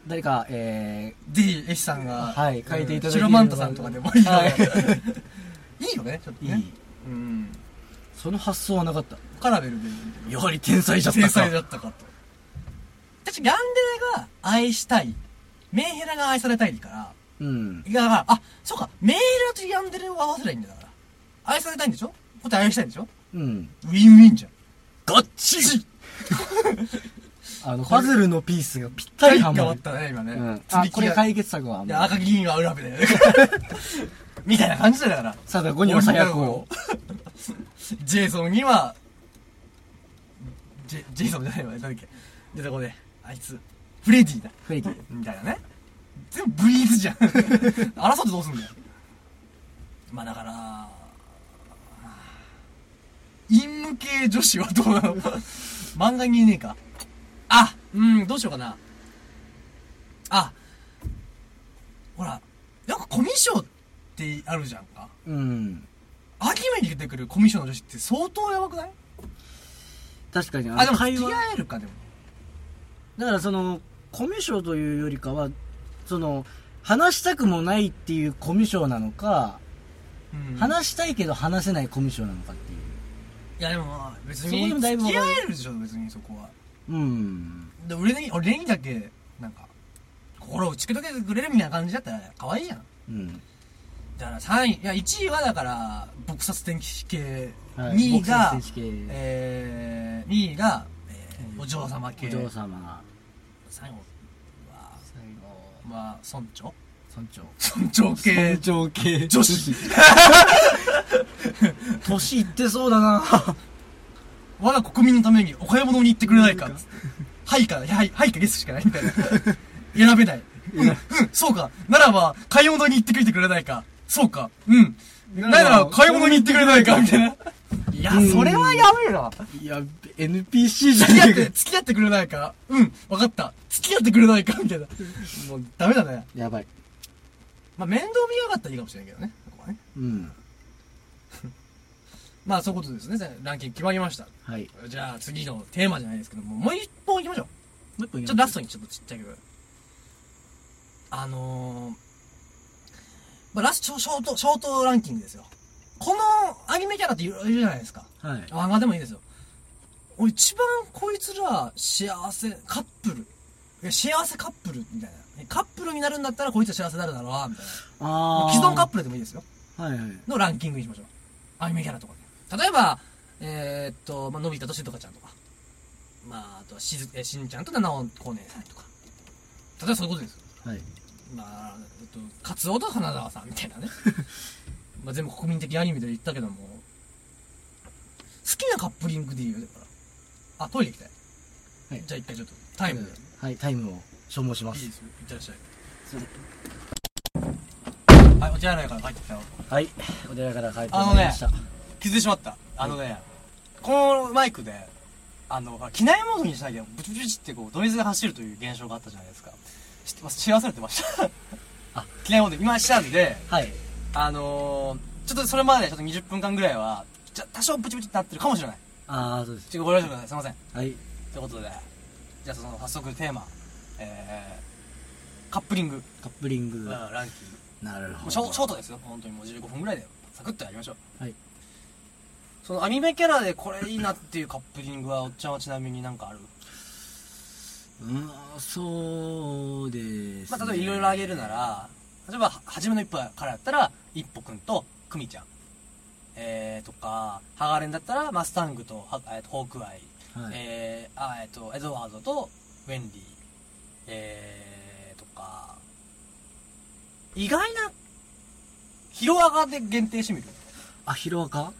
S2: 誰か、え
S1: D エシさんが、
S2: はい書いていただけ
S1: シ
S2: れば
S1: ロマンタさんとかでもいいよね、
S2: はい
S1: *laughs* い、いよねちょっと
S2: ー、いい、
S1: ねうん
S2: その発想はなかった。
S1: カラベルで
S2: やはり天才じゃったか
S1: 天才だったかと私ヤンデレが愛したいメンヘラが愛されたいから
S2: うん。
S1: いやだからあそうかメンヘラとヤンデレを合わせりゃいいんだから愛されたいんでしょこっち愛したいんでしょ
S2: うん。
S1: ウィンウィンじゃん
S2: ガッチあの、パズルのピースがぴった
S1: はい
S2: り
S1: 変
S2: はま
S1: わっ
S2: る。
S1: たね今ね、
S2: うん。
S1: 釣
S2: あ
S1: り、木
S2: これ
S1: が
S2: 解決策は
S1: で
S2: もう、
S1: 赤木議員は裏辺だよねみたいな感じだよだから
S2: 貞子にはさやこを。
S1: ジェイソンにはジェジェイソンじゃないわなんだっけでそこであいつフレディだ
S2: フェイキー。
S1: みたいなね全部ブリーズじゃん *laughs* 争ってどうすんだよまあだから陰夢系女子はどうなの *laughs* 漫画にいねえかあうんどうしようかなあほらよくコミショってあるじゃんか
S2: うん。
S1: アニメに出てくるコミショの女子って相当やばくない
S2: 確かに、あ
S1: あ、でも付
S2: 会
S1: き
S2: 話。
S1: 合えるか、でも。
S2: だからそのコミュ障というよりかはその話したくもないっていうコミュ障なのか、
S1: うん
S2: 話したいけど話せないコミュ障なのかっていう
S1: いや、でもまあ、別
S2: そこ
S1: に。
S2: でもだい
S1: 付
S2: ぶわ
S1: き
S2: かる
S1: 合えるでしょ、別にそこは。
S2: うん
S1: で俺に、俺にだけ、なんか、心を打ち解けてくれるみたいな感じだったら、可愛いじゃん。
S2: うん
S1: だから3位、いや、1位はだから、撲殺天気系。
S2: はい
S1: 2位が
S2: 撲殺、天気系
S1: えー、2位が、えーお嬢様
S2: お
S1: 系。
S2: 嬢様
S1: 最後は、
S2: 最後
S1: まあ、村長
S2: 村長
S1: 村長系
S2: 長系
S1: 女子。
S2: 年いってそうだな
S1: *laughs* 我が国民のためにお買い物に行ってくれないかっつってはいか、はい、はいかゲスしかないみたいな。選べない。うん、うん、そうか。ならば、買い物に行ってくれてくれないか。そうか。うん。なら、買い物に行ってくれないかみたいな。いや
S2: うん、
S1: それはやべえな。
S2: いや NPC じゃ
S1: 付き合
S2: ね
S1: っ
S2: え
S1: て、
S2: か
S1: 付き合ってくれないか。うん、わかった。付き合ってくれないかみたいな。もう、ダメだね。
S2: やばい
S1: まあ、面倒見やがったらいいかもしれないけどね。ここはね
S2: うん
S1: まあ、そういうことですね。ランキング決まりました。
S2: はい
S1: じゃあ、次のテーマじゃないですけども、もう一本行きましょう。
S2: もう一本
S1: ちょっとラストにちょっとちっちゃいけど。あのー、まあ、ラストショート、ショートランキングですよ。このアニメキャラっているいるじゃないですか。
S2: トはい
S1: 漫画でもいいですよ。俺一番こいつら幸せ、カップル、いや幸せカップルみたいな。カップルになるんだったらこいつは幸せになるだろうな、みたい
S2: あ
S1: な。
S2: あ。
S1: 既存カップルでもいいですよ。
S2: はいはい。
S1: のランキングにしましょう。アニメキャラとかで。例えば、えーっと、まあ、のび太としずかちゃんとか。まあ、あとはしず、えしんちゃんと七尾光年さんとか。例えばそういうことです。
S2: はい。
S1: まあ、えっと、カツオと花澤さんみたいなね。 *laughs* まあ全部国民的アニメで言ったけども。好きなカップリングで言うよ、だから。あ、トイレ行きたい。
S2: はい
S1: じゃあ一回ちょっと、タイムで。
S2: はい、タイムを消耗しま
S1: いい
S2: す
S1: で。すよ。いってらっしゃ
S2: すいません
S1: い。はい、お茶洗いから帰ってきたよ。
S2: はい、お寺から帰って
S1: あ
S2: ま
S1: の
S2: いり
S1: ね
S2: ました。
S1: 気づいてしまった。あのね、このマイクで、あの、機内モードにしなきゃ、ブチブチブチってこう、ノイズが走るという現象があったじゃないですか。知ってます知らされてました。
S2: あ
S1: 機内モード、今したんで、
S2: はい。
S1: あのー、ちょっとそれまでちょっと20分間ぐらいは、じゃ多少ブチブチってなってるかもしれない。
S2: ああ、そうです。
S1: ちょっとご了承ください。すいません。
S2: はい。
S1: ということで、じゃあその早速テーマ、えー、カップリング、
S2: カップリング。
S1: ランキング。
S2: なる
S1: も
S2: ほ
S1: うショ
S2: ど。
S1: ショートですよ。本当にもう15分ぐらいで、サクッとやりましょう。
S2: はい。
S1: そのアニメキャラでこれいいなっていうカップリングは、おっちゃんはちなみになんかある
S2: うーん、そうです、
S1: まあ、例えばいろいろあげるなら、例えば、は初めの一歩からやったら、一歩くんと、くみちゃん。えー、とか、ハガレンだったら、マスタングと、はえーとホークアイ。
S2: はい。
S1: えー、あ、えっ、と、エドワードと、ウェンディ。えー、とか、意外な、ヒロアカで限定してみる。
S2: あ、ヒロアカ
S1: う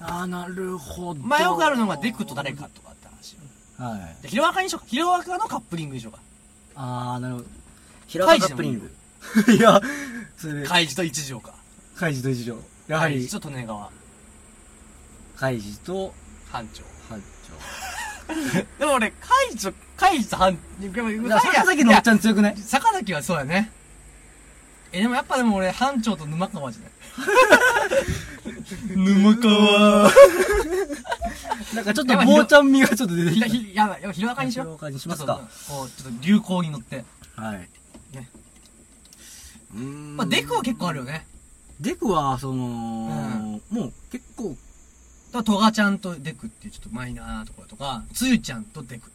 S2: あー、なるほど。
S1: ん。まあ、よくあるのが、デクと誰かとかって話。
S2: はい。
S1: でヒロアカにしようか。ヒロアカのカップリングにしようか。
S2: あー、なるほど。ヒ
S1: ロアカカップリング。
S2: *laughs* いや、それ、
S1: カイジと一条か。
S2: カイジと一条。やは
S1: カイ
S2: り
S1: ジ、と利根川、
S2: カイジと、
S1: 班長。
S2: 班
S1: でも俺、カイジと、カイジと半、でも
S2: 長。
S1: いや
S2: 坂崎のおっちゃん強くない
S1: いや坂崎はそうやね。え、でもやっぱでも俺、班長と沼川じ
S2: *laughs*
S1: ゃない沼川
S2: なんかちょっと坊ちゃん味がちょっと出て
S1: ひ
S2: き
S1: ら、
S2: た。
S1: ひ、やばい、やばい、ひろあかにしよう。
S2: ひろあかにしますか
S1: ちょっと。こう、ちょっと流行に乗って。
S2: はい。
S1: ね。
S2: うーん。
S1: まあ、デクは結構あるよね。
S2: デクは、その、もう結構、
S1: だからトガちゃんとデクっていうちょっとマイナーなところとか、つゆちゃんとデク。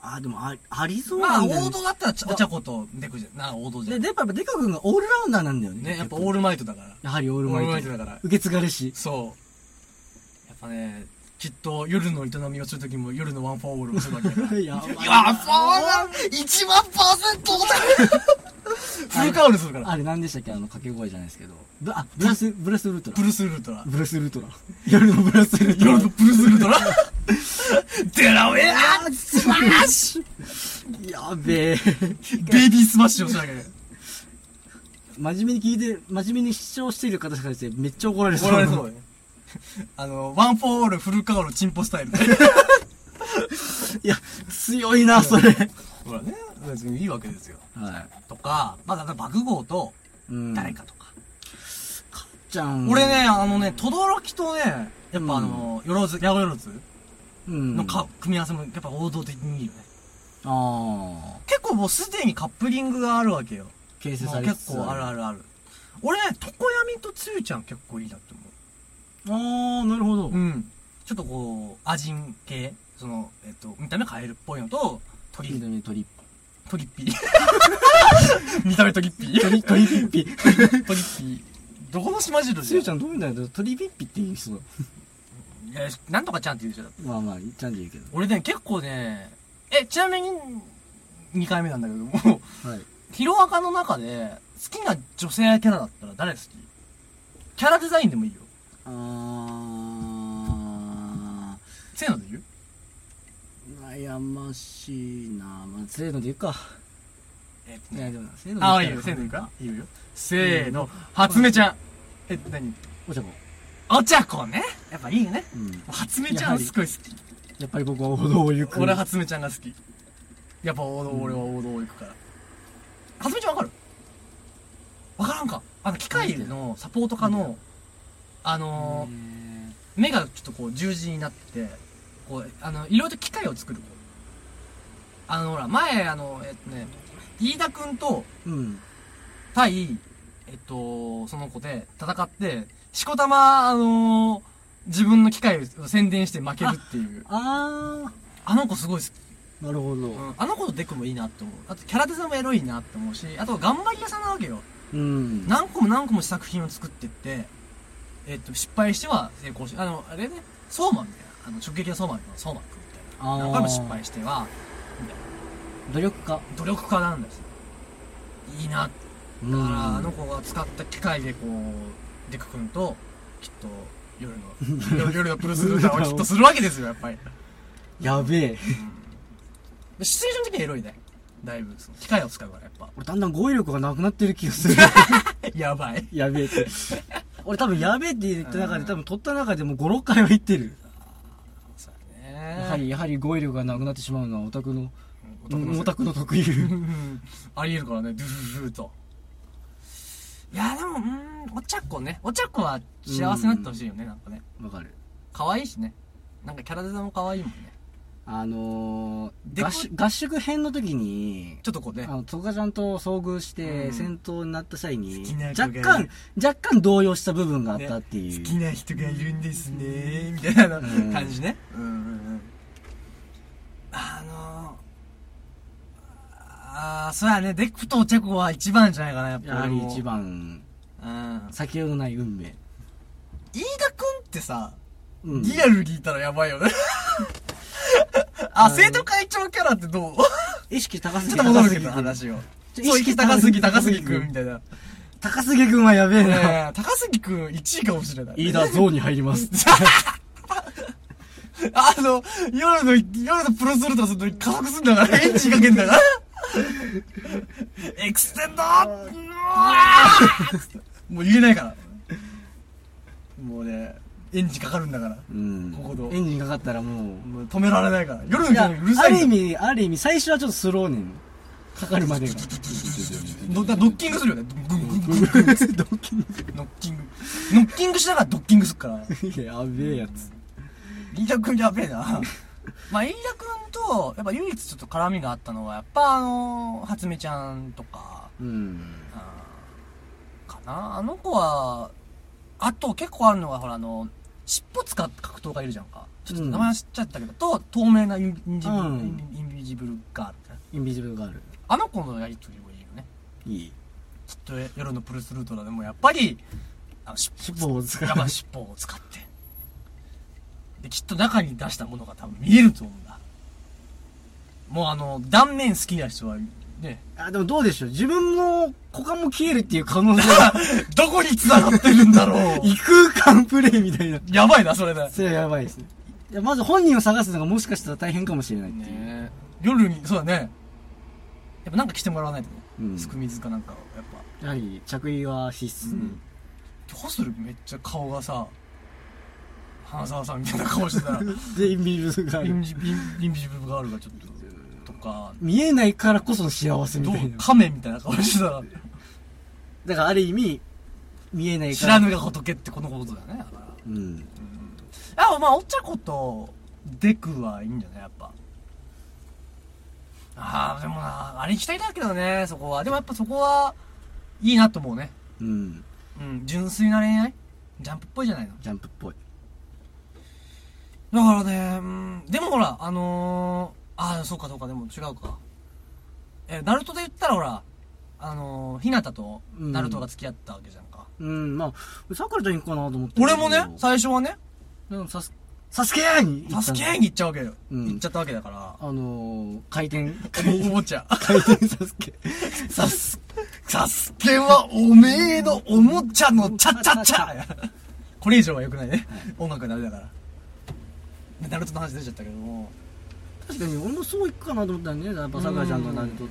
S2: あー、でもあ、ありそう
S1: ま
S2: な
S1: あ、
S2: んだよね
S1: 王道だったらちお茶子とデクじゃん。なあ、王道じゃ
S2: で、
S1: ん。
S2: でやっぱデカ君がオールラウンダーなんだよね。
S1: ね、やっぱ
S2: 結
S1: オ
S2: 局
S1: ールマイトだから。
S2: やはりオー
S1: オ
S2: ルマイト。
S1: だから。
S2: 受け継がれし。
S1: そう。やっぱね、きっと夜の営みをするときも夜のワンフォーオールをするわけだから。
S2: *laughs* やばい
S1: いや、そうだ !1 万パーセントだフルカウルするから。
S2: あれ何でしたっけあの掛け声じゃないですけど。ぶあ、ブラス、ブラスウルト
S1: ブ
S2: ラ。
S1: ルースウルトラ。
S2: ブラスウルトラ。夜のブラスウルトラ。
S1: 夜のブルースウルトラ。デラウェアスマッシュ
S2: *laughs* やべえ。
S1: ベビースマッシュをしなきゃいけない。
S2: 真面目に聞いて、真面目に視聴している方からしてめっちゃ怒られそう。
S1: 怒られそうだよね。あの、ワンフォーオールフルカウルチンポスタイル。
S2: いや、強いな、それ。
S1: ほらね、別にいいわけですよ。
S2: は
S1: とか、まあ、だからバグ号と
S2: い。うん。
S1: 誰かとか。
S2: ちゃん。
S1: 俺ね、、あのね、とどろきとね、やっぱあの、よろず、やごよろず
S2: うん。
S1: のか、組み合わせもやっぱ王道的にいいよね。
S2: ああ。
S1: 結構もうすでにカップリングがあるわけよ。
S2: 形成
S1: も
S2: さ
S1: う
S2: れつ
S1: 結
S2: つ
S1: 構あるあるある。俺ね、常闇とつゆちゃん結構いいなって思
S2: あー、なるほど
S1: う。う。ん。ちょっとこう、アジン系、その、えっと、見た目カエルっぽいのと、トリ、
S2: 緑の鳥。
S1: トリッピー。 *laughs* 見た目トリッピー。トリ、
S2: 鳥、鳥ピッピ。
S1: トリッピー。どこの島汁
S2: つゆちゃ
S1: ん。
S2: んどういうんだよ。鳥ピッピって言う人だ。
S1: いや、なんとかちゃんって言うでしょ。だって
S2: まあまあ、ちゃんで言うけど。
S1: 俺ね、結構ね、え、ちなみに、2回目なんだけども、 *laughs*
S2: はい。
S1: ヒロアカの中で、好きな女性キャラだったら誰好きキャラデザインでもいいよ。
S2: あ
S1: せーので言う
S2: ー、悩ましいな。まあ、せーので言うか。
S1: えっと
S2: いや、でもな、せーの
S1: ああ、い
S2: 言
S1: いよ、
S2: う
S1: せー
S2: か
S1: のいくかいいよ。せーの、初音ちゃん。え、なに
S2: お茶子。
S1: お茶子ね。やっぱいいね。
S2: うん。
S1: 初音ちゃんすごい好
S2: やっぱり僕は王道を行
S1: き。
S2: く。
S1: 俺は初音ちゃんが好き。やっぱ王道、俺は王道行くから。初音ちゃんわかるわからんかあの、機械のサポート科の、あのー、
S2: え
S1: 目がちょっとこう十字になっててこうあのいろいろと機械を作る子あのほら前あのえっとね飯田君と
S2: ーうん。
S1: 対えっとその子で戦ってしこたまあの自分の機械を宣伝して負けるっていう
S2: あ
S1: あの子すごい好き
S2: なるほど
S1: うん、あの子とデクもいいなって思う。あと、キャラデザもエロいなって思うし、あと、頑張り屋さんなわけよ。
S2: うん
S1: 何個も何個も作品を作ってって、えっと、失敗しては成功し、あの、あれね、ソーマンみたいな、あの、直撃のソーマンのソーマン君みたいな。
S2: あー
S1: 何回も失敗しては、みたい
S2: 努力家
S1: な。努力家なんですよ。いいなって。
S2: うん
S1: だから、あの子が使った機械でこう、デク君と、きっと、夜 *laughs* の、夜夜のプルスルーターをきっとするわけですよ、やっぱり。
S2: やべえ
S1: でシチュエーション的にはエロいね。だいぶ、その機械を使うから、やっぱ。
S2: *laughs* 俺だんだん語彙力がなくなってる気がする
S1: *laughs* やばい。
S2: やべえ
S1: *laughs*
S2: って俺多分やべえって言った中で多分取った中でも56回は言ってる
S1: そうだ
S2: や
S1: ね。
S2: はりやはり語彙力がなくなってしまうのはオタクの
S1: うん。
S2: オタクの
S1: *laughs*
S2: 特有
S1: うんありえるからね、ドゥフフフと。いや、でも、うーん、お茶っ子ね。お茶っ子は幸せになってほしいよね、なんかね。
S2: わかる
S1: 可愛いしね。なんかキャラデザも可愛いもんね。
S2: あのー、
S1: で
S2: 合宿合宿編の時に
S1: ちょっとこう
S2: あ
S1: ね。
S2: のトカちゃんと遭遇し
S1: う
S2: て
S1: ん
S2: 戦闘になった際に
S1: 好きな子が
S2: 若干若干動揺した部分があったっていう、
S1: 好きな人がいるんですね、みたいなあの
S2: うん
S1: 感じね。うんうんうん。あのあー、そうやね、デクとお茶子は一番じゃないかな、やっぱ
S2: やは
S1: 俺
S2: り
S1: も
S2: 一。番
S1: うん。
S2: 先ほどない運命、
S1: 飯田くんってさ、
S2: うん、
S1: リアルにいたらやばいよ *laughs* ね。あ、
S2: うん
S1: 生徒会長キャラってどう
S2: 意識高す
S1: ちょ
S2: ぎ
S1: っと戻る
S2: 高
S1: け
S2: すぎ
S1: ど話を。
S2: ち
S1: そう、
S2: ょ意
S1: 意識
S2: 識
S1: 高
S2: 高
S1: す
S2: す
S1: ぎ、
S2: ぎ
S1: 高すぎくんみたい *laughs* な。
S2: 高杉君はやべえ
S1: いやい
S2: な、
S1: や高すぎくん1位かもしれない。
S2: いいだゾーンに入ります
S1: *laughs* あの、夜の、夜のプロソルトの時加速すんだから、エンジンかけんだから。エクステンドーうわーもう言えないから。もうね、エンジンかかるんだから。
S2: うん
S1: ここどう
S2: エンジンかかったらもう
S1: もう止められないから。夜の
S2: い
S1: 時
S2: や
S1: 間うる
S2: あ
S1: さいん
S2: る
S1: だ
S2: 意味ある意味最初はちょっとスローねんかかるまでが
S1: のだからノッキングするよね。グングングングン
S2: ドキン
S1: ノッキング。ノッキングしながらドッキングすっから。
S2: やべえやつ
S1: 飯田君やべえな。まあ、飯田君と、やっぱ唯一ちょっと絡みがあったのは、やっぱあの、初めちゃんとか、
S2: うん
S1: あーかな。あの子は、あと結構あるのが、ほらあの、尻尾使った格闘家いるじゃんか。ちょっと名前知っちゃったけど、と、透明なインインジブル、
S2: うん
S1: インインビジブルガールみたいな。
S2: インビジブルガール
S1: あの子のやりとりもいいよね。
S2: いい
S1: きっと夜のプルスルートラでもやっぱり、あの、尻尾
S2: 尻尾を使う
S1: やばい尻尾を使って。で、きっと中に出したものが多分見えると思うんだ。もうあの、断面好きな人は、ね、
S2: あでもどうでしょう自分の股間も消えるっていう可能性が
S1: どこに繋がってるんだろう
S2: *laughs* 異空間プレイみたいな
S1: やばいな、それね。
S2: それはやばいですねいやまず本人を探すのがもしかしたら大変かもしれないっていう、
S1: ね夜に、そうだね。やっぱなんか着てもらわないとね。
S2: うん
S1: すくみずかなんかを、やっぱ。
S2: やはり着衣は必須に、
S1: うんどうするめっちゃ顔がさ、花澤さんみたいな顔してたら、
S2: でインビジブルガ
S1: イ
S2: ー
S1: ン
S2: ル
S1: ビインインビジブルガールがちょっと、とか、
S2: 見えないからこその幸せみ
S1: どう
S2: たいな
S1: 亀みたいな顔してたら、
S2: だからある意味見えない
S1: 知
S2: から
S1: らぬが仏ってこのことだよね。だから
S2: うん
S1: あ、まあ、お茶子と、デクはいいんじゃないやっぱ。ああ、でもな、あれ行きたいだけどね、そこは。でもやっぱそこは、いいなと思うね。
S2: うん
S1: うん、純粋な恋愛ジャンプっぽいじゃないの。
S2: ジャンプっぽい
S1: だからね、うん、でもほら、あのー、ああ、そうかそうか、でも違うか。え、ナルトで言ったらほら、あのー、ひなたと、ナルトが付き合ったわけじゃんか。
S2: うんまあさくらちゃん行くかなと思って
S1: 俺もね、最初はね、
S2: でもサスサスケーに行
S1: サ
S2: った
S1: スケ
S2: ー
S1: に行っちゃうわけよ。
S2: うん
S1: 行っちゃったわけだから。
S2: あのー、回転
S1: おおもちゃ。
S2: 回転サスケ
S1: サス、サスケはおめえのおもちゃのチャチャチャこれ以上は良くないね。音楽がダメだから。でナルトの話出ちゃったけども。
S2: 確かに俺もそう行くかなと思ったんだよねやっぱさくらちゃんとなると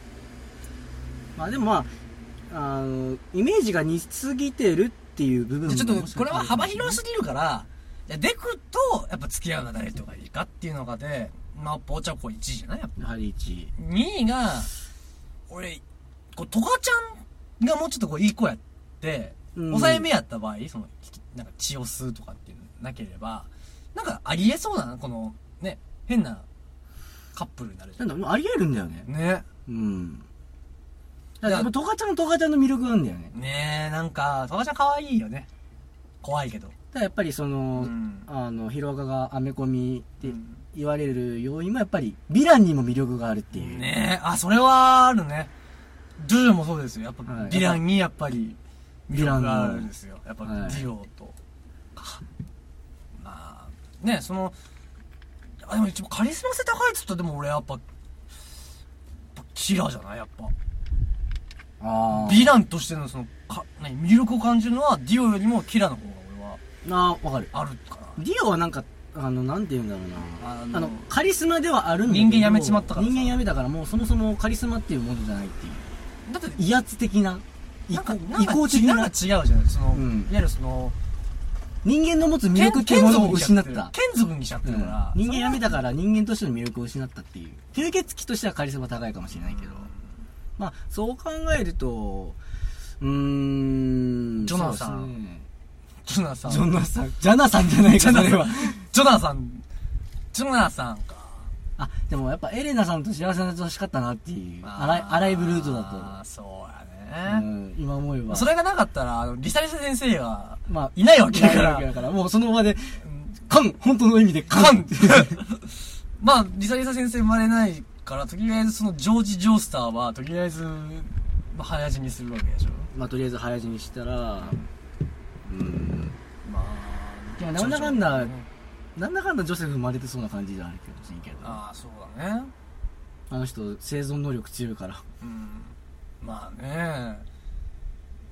S2: まあでもまああのイメージが似すぎてるっていう部分
S1: じ
S2: も
S1: ゃあちょっ
S2: もし
S1: と、これ
S2: かした
S1: は
S2: ら
S1: 幅広すぎるから、いやデクとやっぱ付き合うのは誰とかいいかっていうのがで、まあ、ポーチャコ1位じゃないやっぱ
S2: やはり1位
S1: 2位が、俺、こう、トカちゃんがもうちょっとこう、いい子やって、
S2: うん
S1: 抑えめやった場合、その、きなんか血を吸うとかっていうのなければ、なんかありえそうだな、この、ね、変なカップルになるじ
S2: な
S1: ゃ
S2: んだもうありえるんだよね
S1: ん。ね。
S2: うんだからトカちゃんもトカちゃんの魅力なんだよね
S1: ねえ、なんか、トカちゃん可愛いよね。怖いけど。
S2: ただやっぱりその、
S1: うん
S2: あの、ヒロアカがアメコミで
S1: うん
S2: 言われる要因もやっぱり、ヴィランにも魅力があるっていう。
S1: ねえ、あ、それはあるね。ジョジョもそうですよ。やっぱ、
S2: は
S1: ヴ
S2: い
S1: ィランにやっぱり、
S2: ヴ
S1: 魅
S2: ィラ
S1: 力
S2: ンの
S1: があるんですよ。やっぱ、デ
S2: はい
S1: ィオと。かまあ、ねえ、その、あ、でも一番カリスマ性高いっつったら、でも俺やっぱ、やっぱキラーじゃないやっぱ。
S2: あ
S1: ヴィランとしてのその、か、何、魅力を感じるのは、ディオよりもキラーの方が俺は、
S2: あ。ああ、わかる。
S1: あるかな。
S2: ディオはなんか、あの、なんて言うんだろう
S1: あの
S2: な。あの、カリスマではあるんだけど
S1: 人間やめちまったからさ
S2: 人間やめたから、もうそもそもカリスマっていうものじゃないっていう。
S1: だって、
S2: 威圧的な、意
S1: なんか、
S2: 向
S1: なん
S2: 意
S1: か
S2: 向的
S1: なんか違
S2: な
S1: う、じゃないその、
S2: うん
S1: いわゆるその、
S2: 人間の持つ魅力って
S1: ケ
S2: いう
S1: ン
S2: も
S1: ズブ
S2: のを
S1: にし
S2: 失
S1: ちゃ
S2: って
S1: る
S2: た。
S1: ケンズブにしちゃってるから。
S2: うん人間やめたから人間としての魅力を失ったっていう吸血鬼としてはカリスマ高いかもしれないけど、まあそう考えるとうーん
S1: ジョナサン
S2: そ
S1: ジョ
S2: うですね
S1: ナサン。
S2: ジョナサンジャナサンじゃない
S1: ジョ
S2: か
S1: ナ
S2: そ
S1: サ
S2: れは
S1: ン。ジョナサン。ジョナサンか。
S2: あでもやっぱエレナさんと幸せになってほしかったなっていう
S1: あー
S2: 荒い荒いブルートだ
S1: あーそう
S2: と、
S1: や
S2: う
S1: ね。
S2: ん、今思えば
S1: それがなかったら、あのリサリサ先生は、
S2: まあ
S1: いないわけだから
S2: いないわけだからもうその場でカン本当の意味でカ
S1: カ
S2: ン
S1: ン *laughs* まあ、リサリサ先生生まれないから、とりあえずそのジョージ・ジョースターは、とりあえず、まあ、早死にするわけでしょ。
S2: まあとりあえず早死にしたらうん
S1: まあ、
S2: いやなんだかんだなんだかんだジョセフ生まれてそうな感じじゃないけど人間の
S1: ああ、そうだね。
S2: あの人生存能力強いから
S1: うん。まあね。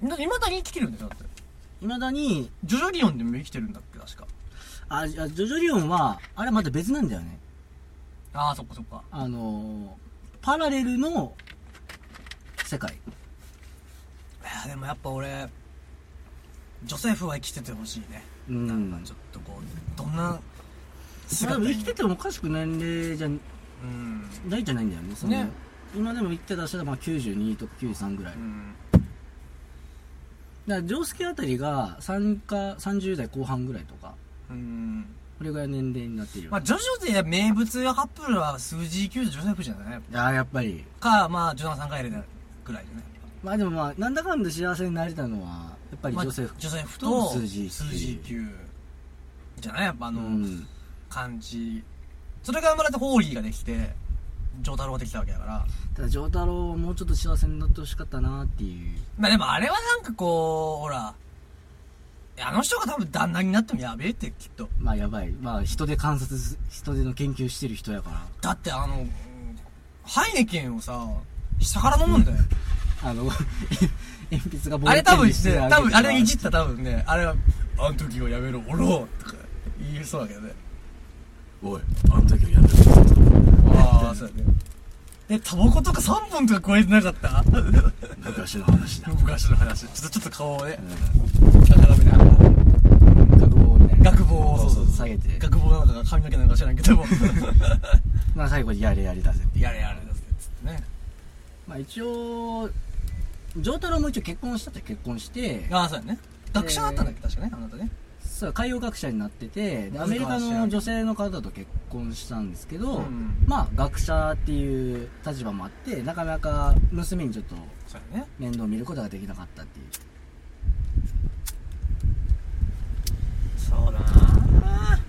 S1: だって、未だに生きてるんでしょ、だって。
S2: いまだに
S1: ジョジョリオンでも生きてるんだっけ、確か。
S2: あじゃあジョジョリオンはあれはまた別なんだよね
S1: ああ、そっかそっか。
S2: あのーパラレルの世界
S1: いやでもやっぱ俺ジョセフは生きててほしいね、
S2: うん
S1: なんかちょっとこうどんな
S2: まあで
S1: 姿
S2: も
S1: に
S2: 生きててもおかしくない年齢じゃ
S1: うん、
S2: ないじゃないんだよねその
S1: ね
S2: 今でも生きてた人はまあ92とか93ぐらい、
S1: う
S2: だか
S1: ん、
S2: らジョースケあたりが参加30代後半ぐらいとか
S1: うん
S2: これぐらいの年齢になっている、
S1: まあジョジョで名物カップルは数字級ジョセフじゃない
S2: ああやっぱり
S1: かまあジョナサンがエレナぐらいじゃない
S2: まあでもまあなんだかんだ幸せになれたのはやっぱりジ
S1: まあ
S2: ョセフ、
S1: ジョセフと
S2: 数字級
S1: 数字級じゃないやっぱあの、
S2: うん
S1: 感じそれが生まれてホーリーができてジョータロができたわけだから
S2: ただ丈太郎はもうちょっと幸せになってほしかったなっていう
S1: まあでもあれはなんかこうほらあの人が多分旦那になってもやべえってきっと
S2: まあやばいまあ人で観察す人での研究してる人やか
S1: だってあの、うんハイネケンをさ、下から飲むんだよ。
S2: らあの *laughs* 鉛筆がボール
S1: あれ多分、
S2: ペンでしてる
S1: ね、多分、あ
S2: け
S1: れ
S2: ど
S1: いじったら多分ね、あれは、あん時はやめろ、おろうとか言いそうだけどね。
S2: おいあん時はやめろ
S1: ああ、そうだね。え、タバコとか3本とか加えてなかった
S2: 昔の話だ
S1: 昔の話。ちょっと、ちょっと顔をね、
S2: うん
S1: 高めながら。
S2: 学帽みたいな
S1: 学帽を、
S2: そうそう下げて
S1: 学帽なのか髪の毛なのか知らんけ
S2: *laughs*
S1: ども。
S2: まあ最後にやれやれだぜっていう
S1: やれやれだぜ、つってね。
S2: まあ一応丈太郎も一応結婚したって結婚して
S1: ああ、そうだね。学者だったんだっけ、確かね、あなたね。
S2: そう海洋学者になっててで
S1: うん
S2: アメリカの女性の方と結婚したんですけど、
S1: うん
S2: まあ学者っていう立場もあってなかなか娘にちょっと
S1: そうだね。
S2: 面倒を見ることができなかったっていう
S1: そうだなあ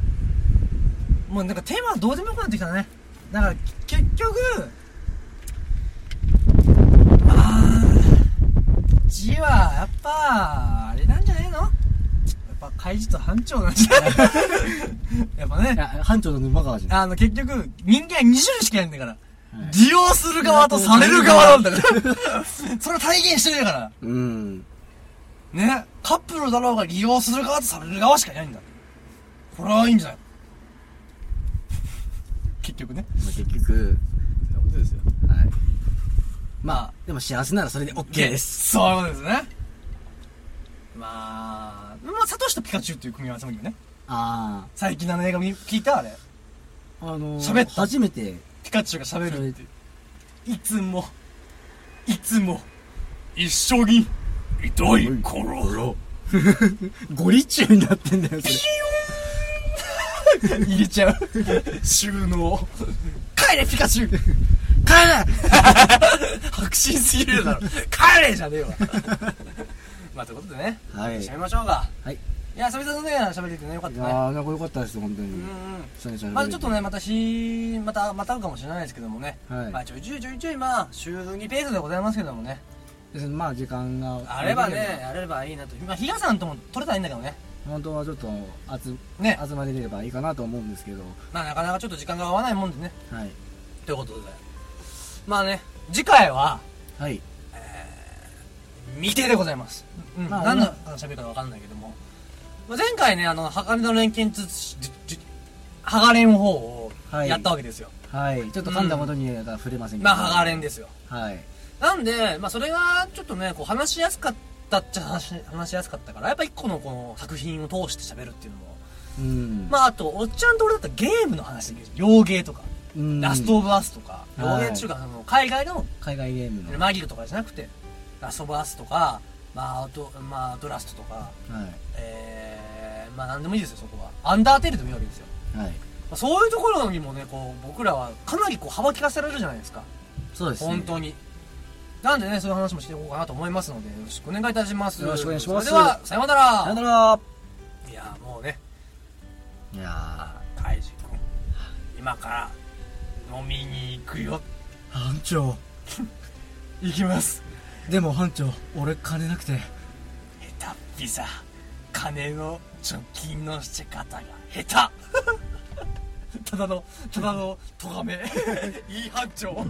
S1: もうなんかテーマはどうでもよくなってきたねだから結局あー字はやっぱあれなんじゃねえのやっぱ怪事と班長なんじゃない *laughs* やっぱ
S2: い
S1: ね
S2: や班長の沼川じゃない、
S1: あの結局人間は2種類しかいないんだから、
S2: はい
S1: 利用する側とされる側なんだから *laughs* それを体現してるんだから
S2: うん
S1: ねカップルだろうが利用する側とされる側しかいないんだこれはいいんじゃない結局ね
S2: まあ、結局、
S1: そういうことですよ
S2: はい、
S1: まあ
S2: でも幸せならそれで OK です
S1: そういうことですねまあまあサトシとピカチュウっていう組み合わせもいいよね
S2: *laughs* あ
S1: 最近のあの映画見聞いたあれ
S2: ああのー、
S1: 喋った
S2: 初めて
S1: ピカチュウが喋るっていういつもいつも一緒にいたい頃
S2: ゴリチュウになってんだよそれ
S1: *laughs* 入れちゃう収納 *laughs* 帰れピカチュウ白
S2: 帰
S1: 真すぎる *laughs* だろ帰れじゃねえわまあということでね
S2: *laughs* はい
S1: 締めましょうか
S2: はい
S1: いや久々のね喋れてねよかっ
S2: い
S1: た
S2: や
S1: ね
S2: ーなんか良かったです本当に、
S1: うんうん
S2: 久々に
S1: まあちょっとねまたしまたまた会うかもしれないですけどもね、
S2: はい
S1: まあちょいちょいちょいちょいまあ週2ペースでございますけどもね
S2: ですまあ時間が
S1: あればねあればいいなとまあ比嘉さんとも取れたらいいんだけどね
S2: 本当はちょっと集
S1: ね
S2: 集まれればいいかなと思うんですけど
S1: まあなかなかちょっと時間が合わないもんでね
S2: はい
S1: ということでまあね次回は
S2: はい
S1: 未定でございます、うん
S2: まあ
S1: 何の
S2: うん
S1: 話喋るか分かんないけども、まあ、前回ねあの鋼の錬金術師じじハガレンの方を
S2: はい
S1: やったわけですよ、
S2: はいちょっと噛んだことには触れませんけど、
S1: まあハガレンですよ
S2: はい
S1: なんで、まあ、それがちょっとねこう話しやすかったっちゃ話し話しやすかったからやっぱ一個のこの作品を通して喋るっていうのも
S2: うん
S1: まああとおっちゃんと俺だったらゲームの話できるじゃん洋芸とか、
S2: うん
S1: ラストオブアスとか洋
S2: はい
S1: 芸っていうかその海外の
S2: 海外ゲームの、
S1: マギルとかじゃなくてラストオブアスとかまああとまあドラストとか
S2: はい
S1: えー、まあ何でもいいですよそこはアンダーテールでもいいわけですよ、
S2: はい
S1: まあ、そういうところにもねこう僕らはかなりこう幅利かせられるじゃないですか
S2: そうですね
S1: 本当になんでねそういう話もしていこうかなと思いますのでよろしくお願いいたします
S2: よろしくお願いします
S1: それではさようなら
S2: さよなら
S1: いやもうね
S2: いやー
S1: カイジ君今から飲みに行くよ
S3: 班長
S1: 行きます
S3: でも班長俺金なくて
S1: 下手っぴさ金の貯金のして方が下 *laughs* 手ただのただの咎めいい班長